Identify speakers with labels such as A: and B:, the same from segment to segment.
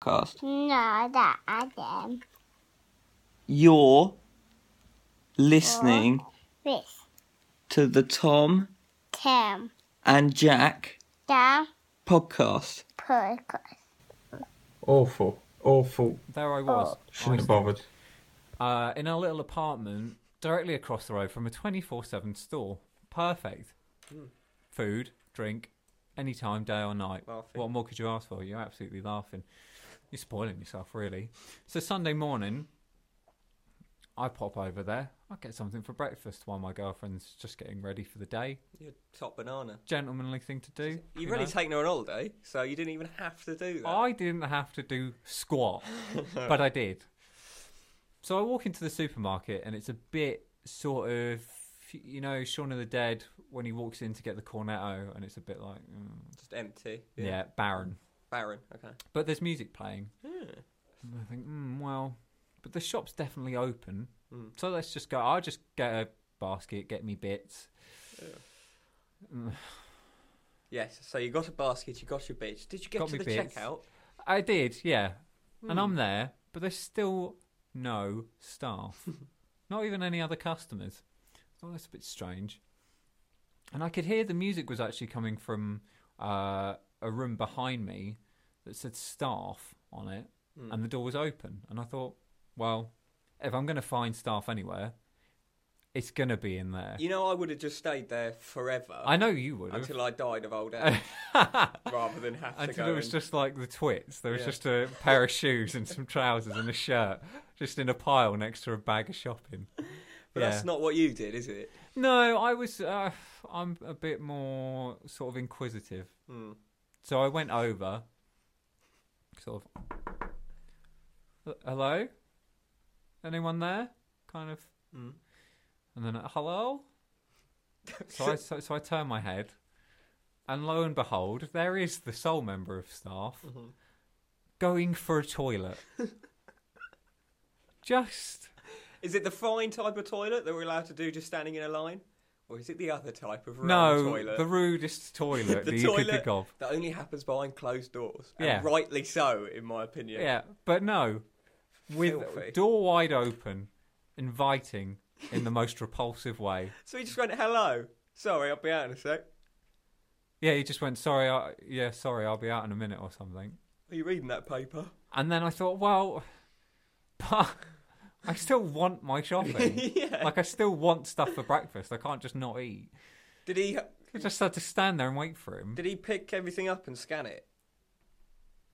A: podcast.
B: No, that I am.
A: You're listening
B: This
A: to the Tom
B: Tim
A: and Jack
B: Down
A: podcast.
B: Podcast.
C: Awful. Awful.
D: There I was.
C: Oh, Shouldn't
D: I-
C: have bothered.
D: uh, in our little apartment directly across the road from a 24 7 store. Perfect.
E: Hmm.
D: Food, drink, anytime, day or night.
E: Laughing.
D: What more could you ask for? You're absolutely laughing. You're spoiling yourself, really. So, Sunday morning, I pop over there. I get something for breakfast while my girlfriend's just getting ready for the day.
E: You're top banana.
D: Gentlemanly thing to do.
E: You, really
D: know?
E: taken her on holiday, so you didn't even have to do that.
D: I didn't have to do squat, but I did. So I walk into the supermarket and it's a bit sort of, you know, Shaun of the Dead when he walks in to get the cornetto and it's a bit like, mm,
E: Just empty.
D: yeah. barren.
E: Barren. Okay.
D: But there's music playing. And I think, mm, well, but the shop's definitely open. So let's just go. I'll just get a basket, get me bits.
E: Yes. So you got a basket. You got your bitch. Did you get
D: Got
E: to
D: me
E: the
D: bits.
E: checkout?
D: I did, yeah. And I'm there, but there's still no staff, not even any other customers. Oh, that's a bit strange. And I could hear the music was actually coming from uh, a room behind me that said staff on it, and the door was open. And I thought, well, if I'm going to find staff anywhere, it's going to be in there.
E: You know, I would have just stayed there forever
D: I know you would have.
E: until I died of old age, rather than have to
D: Until
E: go.
D: it was
E: and-
D: just like the twits. There was
E: Yeah.
D: just a pair of shoes and some trousers and a shirt, just in a pile next to a bag of shopping.
E: But
D: yeah.
E: that's not what you did, is it?
D: No, I was. Uh, I'm a bit more sort of inquisitive.
E: Hmm.
D: So I went over, sort of. Hello, anyone there? Kind of.
E: Hmm.
D: And then hello. So I so, so I turn my head, and lo and behold, there is the sole member of staff
E: Mm-hmm.
D: going for a toilet. Just
E: Is it the fine type of toilet that we're allowed to do just standing in a line, or is it the other type of round
D: no,
E: toilet?
D: the rudest toilet
E: The
D: that you could think of.
E: that only happens behind closed doors,
D: Yeah.
E: and rightly so, in my opinion.
D: Yeah, but no, with
E: Filthy.
D: door wide open, inviting in the most repulsive way.
E: So he just went, "Hello, sorry, I'll be out in a sec."
D: Yeah, he just went, "Sorry, I, yeah, sorry, I'll be out in a minute or something."
E: Are you reading that paper?
D: And then I thought, well, but I still want my shopping.
E: Yeah.
D: Like I still want stuff for breakfast. I can't just not eat.
E: Did he?
D: I just had to stand there and wait for him.
E: Did he pick everything up and scan it?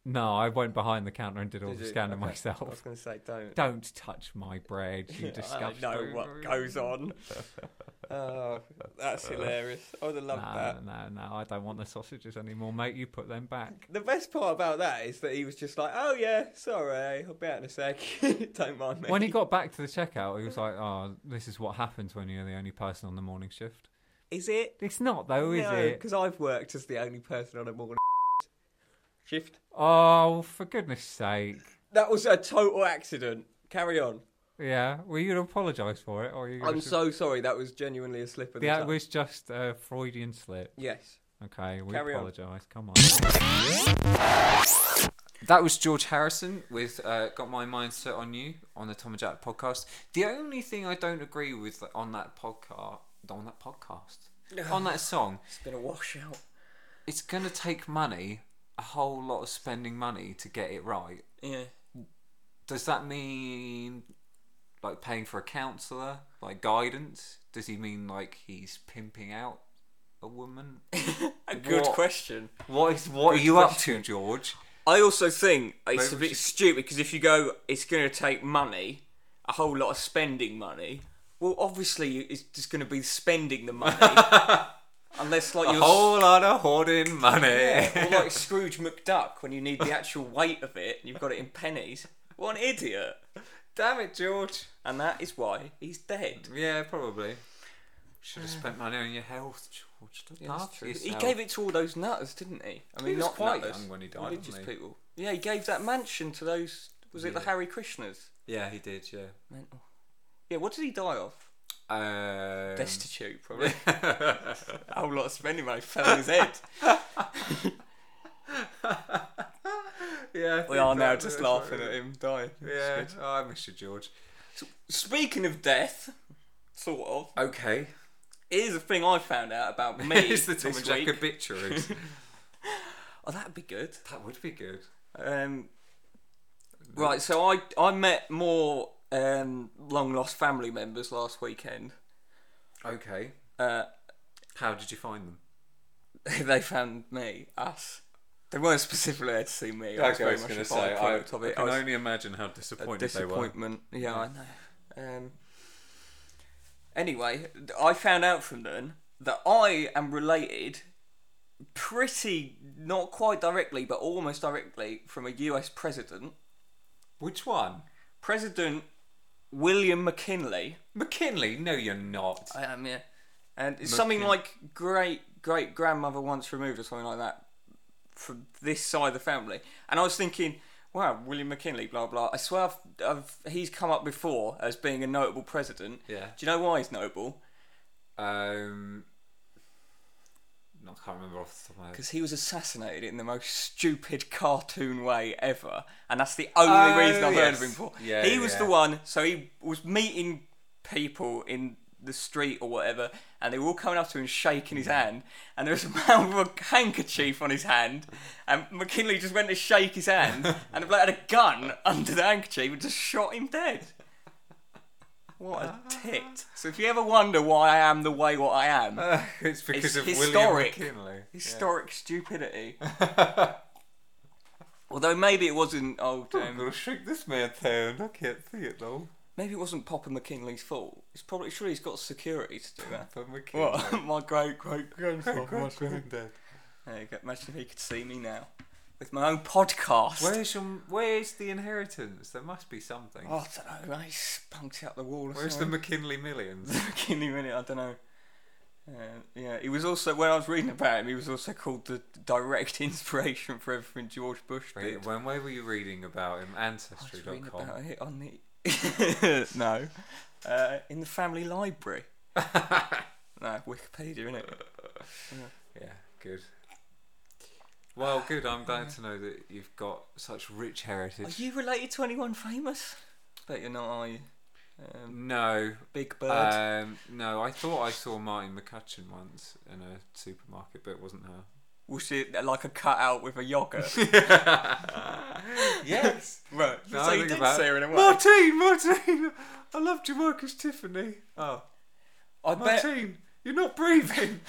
D: No, I went behind the counter and did all
E: Did
D: the
E: you?
D: scanning
E: Okay. I was
D: myself.
E: going to say, don't.
D: Don't touch my bread, you
E: I
D: disgusting.
E: know what goes on. oh, that's hilarious. I would have loved that.
D: No, no, no, I don't want the sausages anymore, mate. You put them back.
E: The best part about that is that he was just like, "Oh yeah, sorry, I'll be out in a sec. don't mind me."
D: When he got back to the checkout, he was like, "Oh, this is what happens when you're the only person on the morning shift."
E: is it?
D: It's not though, is
E: no,
D: it?
E: because I've worked as the only person on a morning shift.
D: Oh, for goodness' sake!
E: That was a total accident. Carry on.
D: Yeah, well, you'd apologise for it, or you.
E: I'm so sorry. That was genuinely a slip of the
D: That
E: tongue.
D: was just a Freudian slip.
E: Yes.
D: Okay, we
E: Carry on.
D: apologise. Come on. That was George Harrison with uh, "Got My Mind Set on You" on the Tom and Jack podcast. The only thing I don't agree with on that podcast, on that podcast, on that song,
E: It's been a washout.
D: it's gonna take money, a whole lot of spending money to get it right.
E: Yeah.
D: Does that mean like paying for a counsellor, like guidance? Does he mean like he's pimping out a woman?
E: A good
D: What?
E: question.
D: What is what are you up to, George?
E: I also think it's
D: Maybe
E: a
D: we
E: bit
D: should-
E: stupid because if you go, it's going to take money, a whole lot of spending money. Well, obviously, it's just going to be spending the money, unless like
D: A
E: you're
D: whole lot of hoarding money.
E: or like Scrooge McDuck when you need the actual weight of it and you've got it in pennies. What an idiot!
D: Damn it, George.
E: And that is why he's dead.
D: Yeah, probably. Should have spent money on your health, George. Look
E: That's
D: after
E: true. He
D: yourself.
E: gave it to all those nutters, didn't he? I mean,
D: was
E: not
D: quite
E: nutters,
D: young when he died,
E: religious
D: wasn't he?
E: people. Yeah, he gave that mansion to those. Was it the Harry Krishnas?
D: Yeah, he did. Yeah.
E: Mental. Yeah, what did he die of?
D: Um,
E: Destitute, probably. a whole lot of spending money fell on his head.
D: yeah, yeah.
E: We are now just laughing at him dying.
D: Yeah, oh, I miss you, George.
E: Speaking of death, sort of,
D: Okay.
E: here's a thing I found out about me.
D: Here's the Tom
E: this
D: and Jack
E: week.
D: obituaries.
E: Oh, that'd be good.
D: that would be good.
E: Um, right, so I I met more um, long lost family members last weekend.
D: Okay.
E: Uh,
D: How did you find them?
E: they found me, us. They weren't specifically there to see me. I was very much a byproduct of it. I
D: can
E: was
D: only imagine how
E: a
D: disappointed
E: disappointment. Yeah, I know. Um, anyway, I found out from them that I am related, pretty not quite directly, but almost directly from a U.S. president.
D: they were. Which one?
E: President William McKinley.
D: McKinley? No, you're not.
E: I am, yeah. And it's something
D: McKin-
E: like great great grandmother once removed or something like that from this side of the family. And I was thinking, wow, William McKinley, blah blah. I swear I've, I've, he's come up before as being a notable president.
D: Yeah.
E: Do you know why he's notable?
D: Um, I can't remember off the top of my head.
E: Because he was assassinated in the most stupid cartoon way ever, and that's the only
D: Oh,
E: reason I've heard
D: yes.
E: of him for.
D: Yeah,
E: he was
D: yeah.
E: the one. So he was meeting people in the street or whatever, and they were all coming up to him and shaking his
D: Mm.
E: hand. And there was a man with a handkerchief on his hand, and McKinley just went to shake his hand, and the bloke had a gun under the handkerchief and just shot him dead. What a
D: Ah.
E: tit! So if you ever wonder why I am the way what I am,
D: it's
E: It's
D: because of
E: historic.
D: William McKinley.
E: Historic stupidity. Although maybe it wasn't old,
D: I'm
E: um,
D: gonna shake this man's hand. I can't see it though.
E: maybe it wasn't Popper McKinley's fault. It's probably sure he's got security to do that.
D: But McKinley.
E: What? my great great
D: Great,
E: grandfather.
D: great, great dad.
E: There you go. Imagine if he could see me now with my own podcast.
D: Where's your, Where's the inheritance? There must be something.
E: Oh, I don't know. They spunked out the wall. Or
D: Where's the
E: something.
D: McKinley millions?
E: McKinley? Really, I don't know. Uh, yeah, he was also when I was reading about him, he was also called the direct inspiration for everything George Bush did.
D: Wait, when where were you reading about him?
E: I was reading
D: Ancestry.com.
E: about it on the no, uh, in the family library. no, Wikipedia, innit?
D: Yeah, good. Well, good. I'm glad to know that you've got such rich
E: Are
D: heritage.
E: you related to anyone famous? Bet you're not, are you? Um,
D: No,
E: Big Bird.
D: um, no. I thought I saw Martin McCutcheon once in a supermarket, but it wasn't her.
E: was it like a cutout with a yogurt?
D: yes.
E: right. so
D: No, I
E: you
D: think
E: did
D: about-
E: say her in a way.
D: Martine, Martine, I love Jamarcus Tiffany. Oh,
E: I bet.
D: Martine, you're not breathing.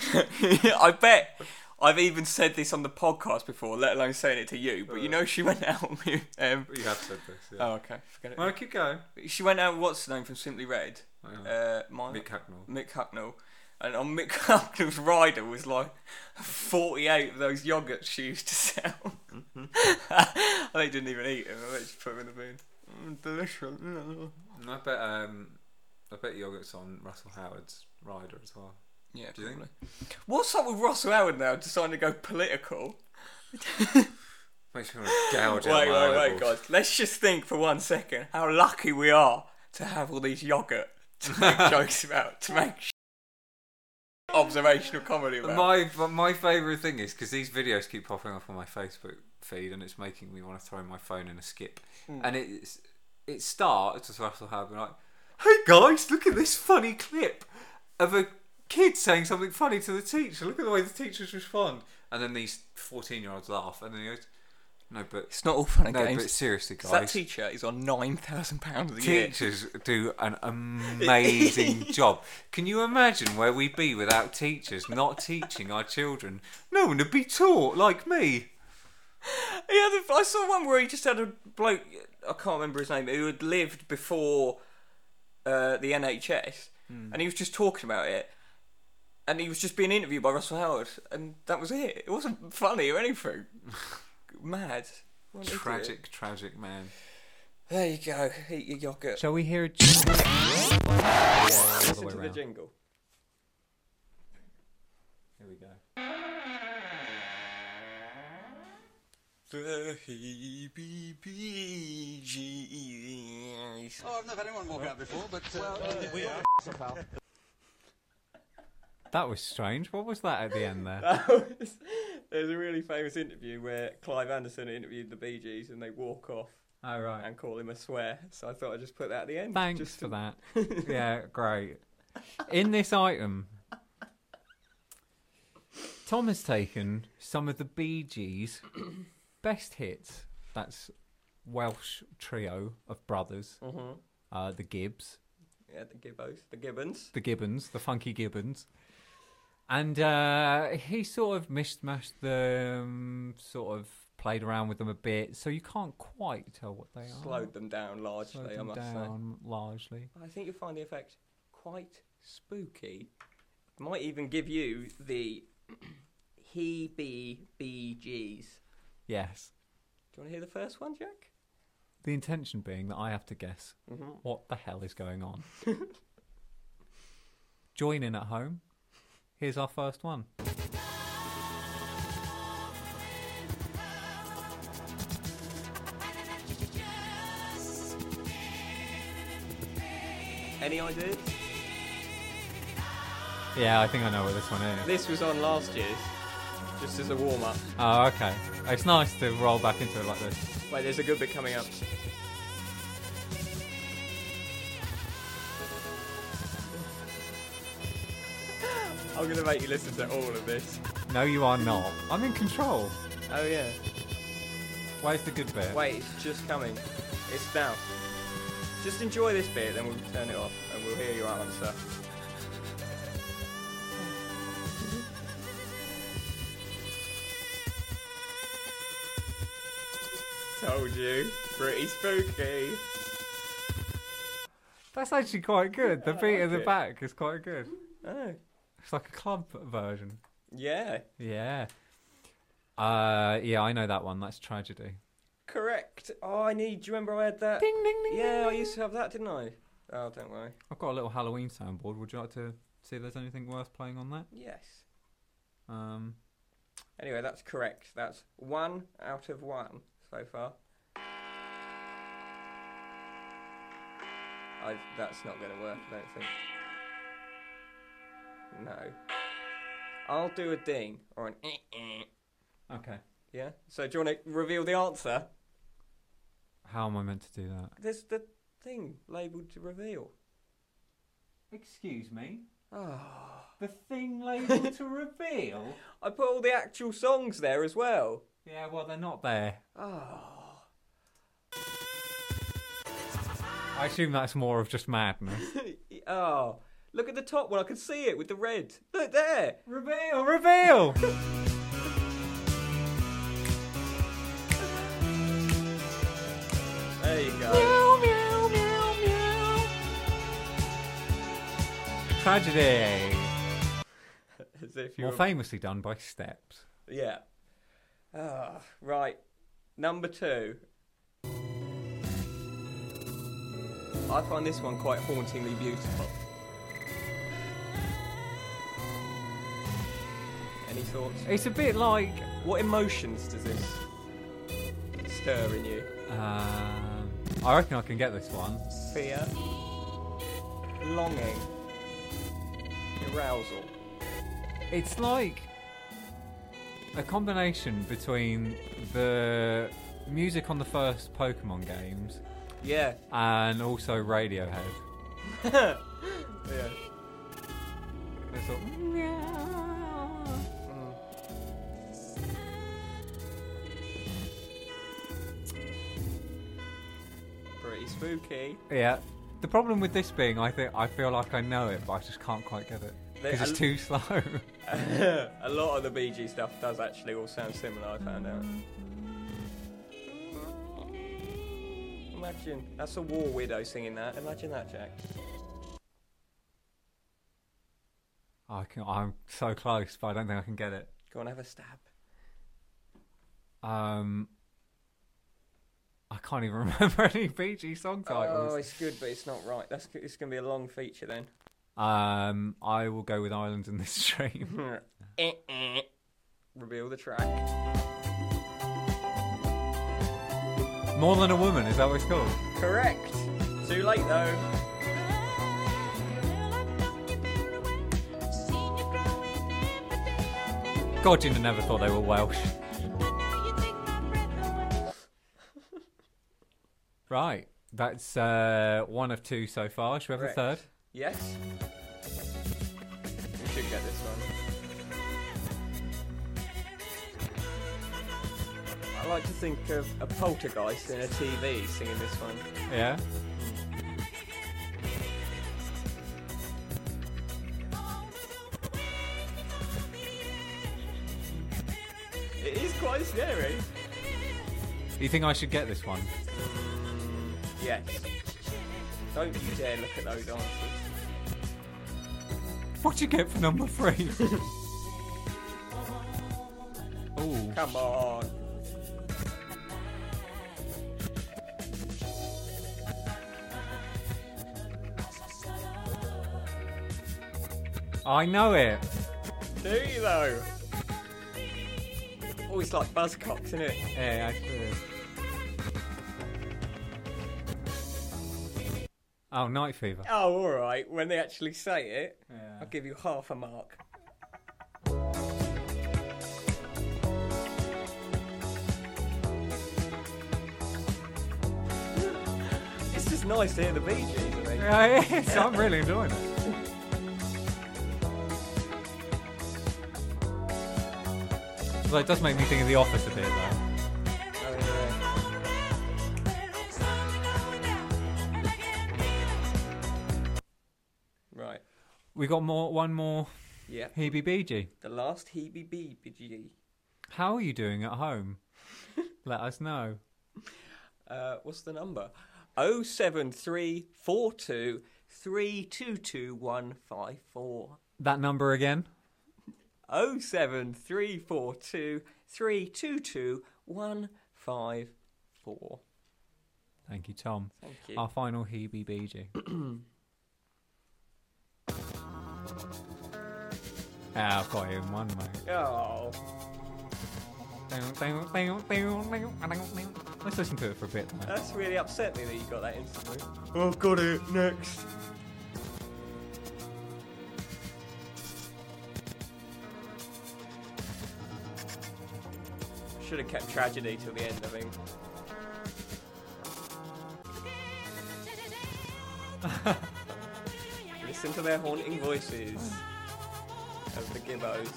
E: I bet. I've even said this on the podcast before, let alone saying it to you. But you know, she went out with. Um,
D: you have said this. Yeah.
E: Uh. oh, okay. Forget it.
D: well, keep going.
E: She went out. with What's the name from Simply Red?
D: Uh,
E: Uh, my,
D: Mick Hacknell.
E: Mick Hucknall. And on Mick Hucknall's rider was like 48 of those yogurt shoes to sell. they didn't even eat them. They just put them in the bin. Mm, delicious. Mm.
D: And I bet. Um, I bet yogurt's on Russell Howard's rider as well.
E: Yeah,
D: Do you think?
E: probably. What's up with Russell Howard now deciding to go political?
D: Makes me want to
E: Wait,
D: gouge out
E: wait,
D: my
E: wait,
D: eyeballs.
E: guys. Let's just think for one second how lucky we are to have all these yogurt to make jokes about, to make sh- observational comedy about.
D: My but my favourite thing is because these videos keep popping up on my Facebook feed, and it's making me want to throw my phone in a skip.
E: Hmm.
D: And it's it starts as Russell Howard being like, "Hey guys, look at this funny clip of a kid saying something funny to the teacher. Look at the way the teachers respond." And then these fourteen-year-olds laugh, and then he goes, "No, but
E: it's not all fun and
D: no,
E: games.
D: but seriously,
E: So that
D: guys."
E: teacher is on nine thousand pounds a year.
D: Teachers do an amazing job. Can you imagine where we'd be without teachers not teaching our children? No one would be taught like me.
E: He had a, I saw one where he just had a bloke. I can't remember his name. Who had lived before uh, the NHS,
D: Hmm.
E: and he was just talking about it. And he was just being interviewed by Russell Howard, and that was it. It wasn't funny or anything. Mad. What an idiot.
D: Tragic, tragic man.
E: There you go. Eat your yogurt.
D: Shall we hear a jingle?
E: Listen to the jingle.
D: Here we go.
E: The E BBGs.
F: Oh, I've never had anyone walk out before, but uh,
D: That was strange. What was that at the end there?
E: There's a really famous interview where Clive Anderson interviewed the Bee Gees and they walk off
D: All right.
E: and call him a swear. So I thought I'd just put that at the end.
D: Thanks
E: just
D: for
E: to-
D: that. yeah, great. In this item, Tom has taken some of the Bee Gees' best hits. That's Welsh trio of brothers,
E: Mhm.
D: uh, the Gibbs,
E: Yeah, the Gibbos, the Gibbons.
D: the Gibbons, the funky Gibbons. And uh, he sort of mishmashed them, sort of played around with them a bit, so you can't quite tell what they are.
E: Slowed them down largely,
D: Slowed
E: I
D: them
E: must
D: down largely.
E: say. I think you'll find the effect quite spooky. Might even give you the he be Bee Gees.
D: Yes.
E: Do you want to hear the first one, Jack?
D: The intention being that I have to guess
E: Mhm.
D: what the hell is going on. Join in at home. Here's our first one.
E: Any ideas?
D: Yeah, I think I know what this one is.
E: This was on last year's, just as a warm up.
D: Oh, okay. It's nice to roll back into it like this.
E: Wait, there's a good bit coming up. I'm gonna make you listen to all of this.
D: No, you are not. I'm in control.
E: Oh yeah.
D: Where's the good bit?
E: Wait, it's just coming. It's now. Just enjoy this bit, then we'll turn it off and we'll hear your answer. Told you. Pretty spooky.
D: That's actually quite good. The beat of the
E: like it.
D: back is quite good.
E: Oh.
D: It's like a club version.
E: Yeah.
D: Yeah. Uh, yeah, I know that one. That's tragedy.
E: Correct. Oh, I need. Do you remember I had that?
D: Ding, ding, ding.
E: Yeah, I used to have that, didn't I? Oh, don't worry.
D: I've got a little Halloween soundboard. Would you like to see if there's anything worth playing on that?
E: Yes.
D: Um,
E: Anyway, that's correct. That's one out of one so far. I, that's not going to work, I don't think. No. I'll do a ding or an. eh,
D: okay.
E: Yeah? So, do you want to reveal the answer?
D: How am I meant to do that?
E: There's the thing labelled to reveal.
D: Excuse me.
E: Oh.
D: The thing labeled to reveal.
E: I put all the actual songs there as well.
D: Yeah, well they're not there.
E: Oh.
D: I assume that's more of just madness.
E: oh, look at the top one. I can see it with the red. Look there.
D: reveal, reveal.
E: There you go.
D: Tragedy.
E: As if you
D: More
E: were...
D: famously done by Steps.
E: Yeah. Ah, right. Number two. I find this one quite hauntingly beautiful. Any thoughts?
D: It's a bit like.
E: What emotions does this stir in you?
D: Um, I reckon I can get this one.
E: Fear, longing, arousal.
D: It's like a combination between the music on the first Pokemon games
E: Yeah.
D: and also Radiohead.
E: yeah.
D: It's sort of-
E: Pretty spooky.
D: yeah. The problem with this being, I think I feel like I know it, but I just can't quite get it
E: They-
D: because it's too slow.
E: a lot of the BG stuff does actually all sound similar, I found out. Imagine, that's a war weirdo singing that. Imagine that, Jack.
D: I can, I'm so close, but I don't think I can get it.
E: Go on, have a stab.
D: Um, I can't even remember any BG song
E: Oh,
D: titles.
E: it's good, but it's not right. That's It's going to be a long feature then.
D: Um, I will go with Islands in the Stream.
E: Eh, eh. Reveal the track.
D: More Than a Woman, is that what it's called?
E: Correct! Too late though.
D: God, you never thought they were Welsh. Right, that's uh, one of two so far. Should we have a
E: Correct.
D: third?
E: Yes. We should get this one. I like to think of a poltergeist in a TV singing this one.
D: Yeah.
E: It is quite scary.
D: You think I should get this one?
E: Yes. Don't you dare look at those answers.
D: What'd you get for number three? oh,
E: Come on.
D: I know it.
E: Do you though? Oh, it's like Buzzcocks, isn't it?
D: Yeah, I do. Oh, night fever.
E: Oh, alright. When they actually say it,
D: Yeah.
E: I'll give you half a mark. It's just nice to hear the Bee Gees, I mean.
D: Yeah, it is. I'm really enjoying it. Although it does make me think of The Office a bit, though.
E: Oh, yeah. Right.
D: We got more, one more
E: Yeah.
D: Hebe Beegee.
E: The last Hebe Bee Gee.
D: How are you doing at home? Let us know.
E: Uh, what's the number? Oh seven three four two three two two one five four.
D: That number again?
E: Oh seven three four two three two two one five four.
D: Thank you, Tom.
E: Thank you.
D: Our final Hebe Beegee. Ah, I've got you in one, mate.
E: Oh,
D: Let's listen to it for a bit. Though.
E: that's really upset me that you got that instantly. Oh, got it next. Should have kept tragedy till the end, I think. Listen to their haunting voices of the gibbos.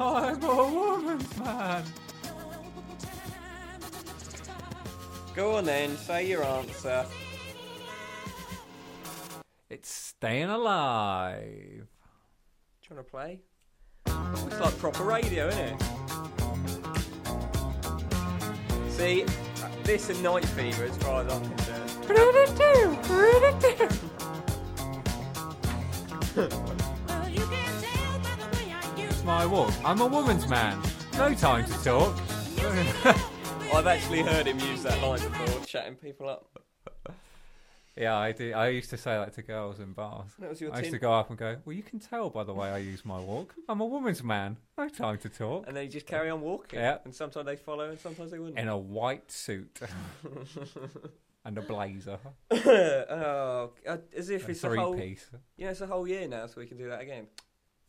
D: I'm a woman's man.
E: Go on then, say your answer.
D: It's staying alive.
E: Do you want to play? It's like proper radio, isn't it? See, this and Night Fever, as far as I'm concerned.
D: It's my walk. I'm a woman's man. No time to talk.
E: I've actually heard him use that line before, chatting people up.
D: yeah, I do. I used to say that to girls in bars.
E: That was your
D: I used
E: tin-
D: to go up and go, "Well, you can tell by the way I use my walk. I'm a woman's man. No time to talk."
E: And they just carry on walking.
D: Yeah.
E: And sometimes they follow and sometimes they wouldn't.
D: In a white suit and a blazer,
E: oh, uh, as if
D: a
E: it's a whole.
D: three-piece.
E: Yeah, it's a whole year now, so we can do that again.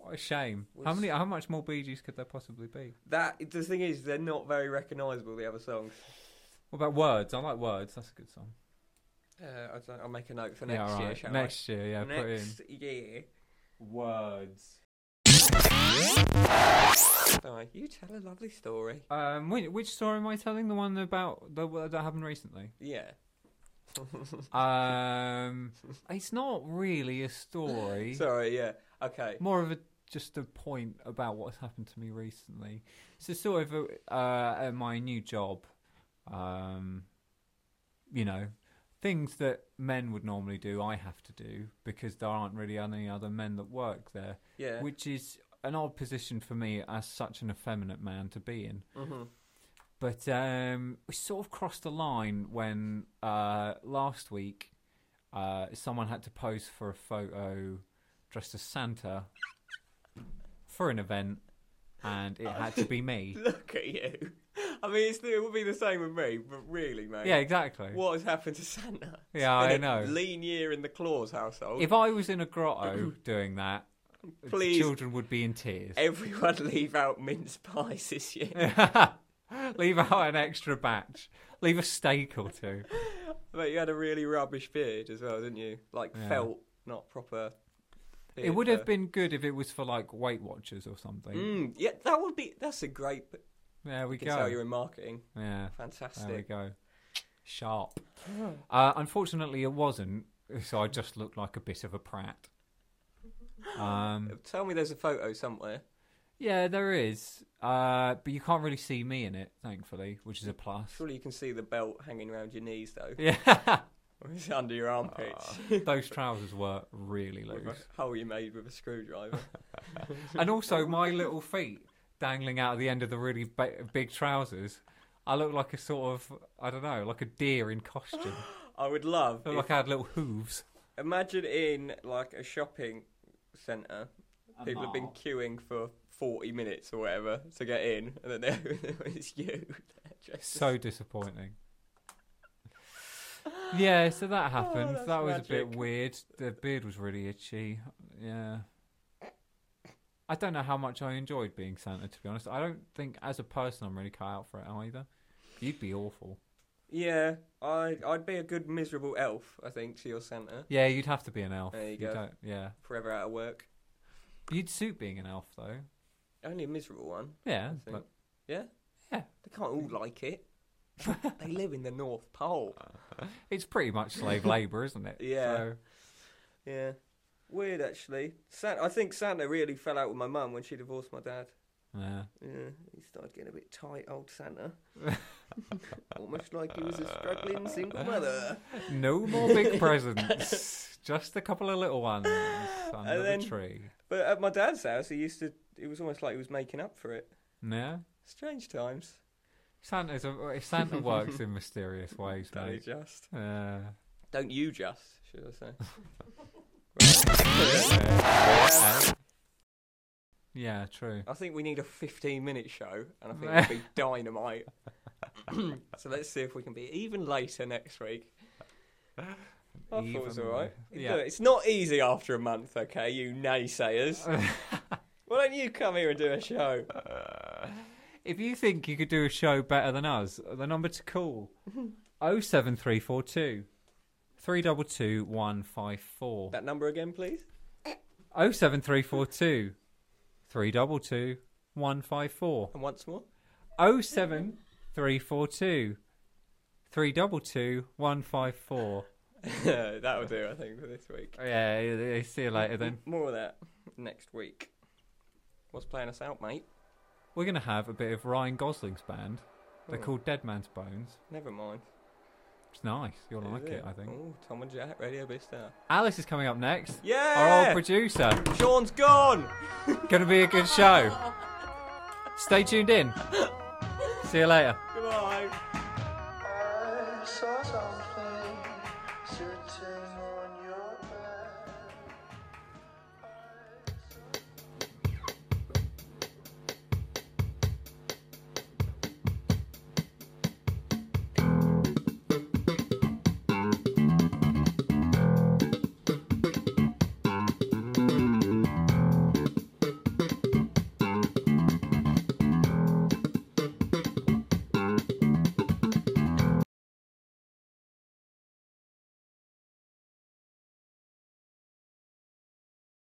D: What a shame. How
E: Was-
D: many? How much more Bee Gees could there possibly be?
E: That the thing is, they're not very recognisable. The other songs.
D: What about words? I like words. That's a good song.
E: Uh, I don't, I'll make a note for next
D: yeah, all
E: year.
D: right.
E: Shall
D: next year, yeah.
E: I?
D: Put it
E: next year.
D: in words.
E: Oh, you tell a lovely story.
D: Um, which, which story am I telling? The one about the one that happened recently.
E: Yeah.
D: Um, it's not really a story.
E: Sorry, yeah. Okay.
D: More of a just a point about what's happened to me recently. So sort of a, uh, at my new job. Um, you know, things that men would normally do, I have to do because there aren't really any other men that work there.
E: Yeah.
D: which is an odd position for me as such an effeminate man to be in.
E: Mm-hmm.
D: But um, we sort of crossed the line when uh, last week uh, someone had to pose for a photo dressed as Santa for an event, and it had to be me.
E: Look at you. I mean, it's, it would be the same with me, but really, mate.
D: Yeah, exactly.
E: What has happened to Santa? It's
D: Yeah,
E: been
D: I
E: a
D: know.
E: Lean year in the Claus household.
D: If I was in a grotto doing that,
E: Please,
D: Children would be in tears.
E: everyone leave out mince pies this year.
D: Leave out an extra batch. Leave a steak or two.
E: but you had a really rubbish beard as well, didn't you? Like
D: Yeah.
E: felt, not proper.
D: It would have
E: beard
D: been good if it was for like Weight Watchers or something.
E: fur. Mm, yeah, that would be. That's a great.
D: There we
E: You can tell you're
D: go.
E: in marketing.
D: Yeah, there we
E: Fantastic. Oh.
D: go. Sharp. Uh, unfortunately, it wasn't, so I just looked like a bit of a prat. Um,
E: Tell me there's a photo somewhere.
D: yeah, there is, uh, but you can't really see me in it, thankfully, which is a plus.
E: Surely you can see the belt hanging around your knees though.
D: Yeah, Ah.
E: Or is it under your armpits?
D: those trousers were really
E: With
D: loose.
E: a hole you made with a screwdriver.
D: and also my little feet dangling out of the end of the really ba- big trousers. I look like a sort of I don't know, like a deer in costume.
E: I would love.
D: I look
E: if-
D: like I had little hooves.
E: imagine in like a shopping centre, people have been
D: mall.
E: queuing for 40 minutes or whatever to get in, and then they're- it's you. Just-
D: So disappointing. Yeah, so that happened.
E: that's
D: that was a bit
E: tragic.
D: weird. The beard was really itchy. Yeah. I don't know how much I enjoyed being Santa, to be honest. I don't think, as a person, I'm really cut out for it either. You'd be awful.
E: Yeah, I, I'd be a good miserable elf, I think, to your centre.
D: Yeah, you'd have to be an elf.
E: There you go.
D: don't- yeah.
E: Forever out of work.
D: You'd suit being an elf, though.
E: Only a miserable one.
D: Yeah,
E: think.
D: but
E: Yeah?
D: Yeah.
E: They can't all like it. they live in the North Pole.
D: it's pretty much slave labour, isn't it?
E: Yeah.
D: So,
E: Yeah. Weird, actually. San- I think Santa really fell out with my mum when she divorced my dad.
D: yeah.
E: Yeah, he started getting a bit tight, old Santa. Almost like he was a struggling single mother.
D: No more big presents. Just a couple of little ones under
E: then-
D: the tree.
E: But at my dad's house, he used to. It was almost like he was making up for it.
D: Yeah.
E: Strange times.
D: Santa's a, Santa works in mysterious ways,
E: Don't you
D: mate.
E: just?
D: Yeah.
E: Don't you just? Should I say?
D: Yeah. yeah, true.
E: I think we need a 15-minute show, and I think it'll be dynamite. so let's see if we can be even later next week. I thought it was all
D: Even
E: right.
D: later. Yeah.
E: Look, It's not easy after a month, okay, you naysayers. Why don't you come here and do a show?
D: If you think you could do a show better than us, the number to call 07342 322 154.
E: That number again, please.
D: 07342 322 154.
E: And once more.
D: 07342 322 154.
E: That'll do, I think, for this week.
D: Oh, Yeah, yeah, yeah, see you later then.
E: More of that next week. What's playing us out, mate?
D: We're going to have a bit of Ryan Gosling's band. They're called Dead Man's Bones.
E: Never mind.
D: It's nice. You'll like
E: Is
D: it, I think.
E: Oh, Tom and Jack, Radio Big Star.
D: Alice is coming up next. Our
E: Yeah!
D: old producer.
E: Sean's gone!
D: Going to be a good show. Stay tuned in. See you later.
E: Goodbye!
G: I saw something certain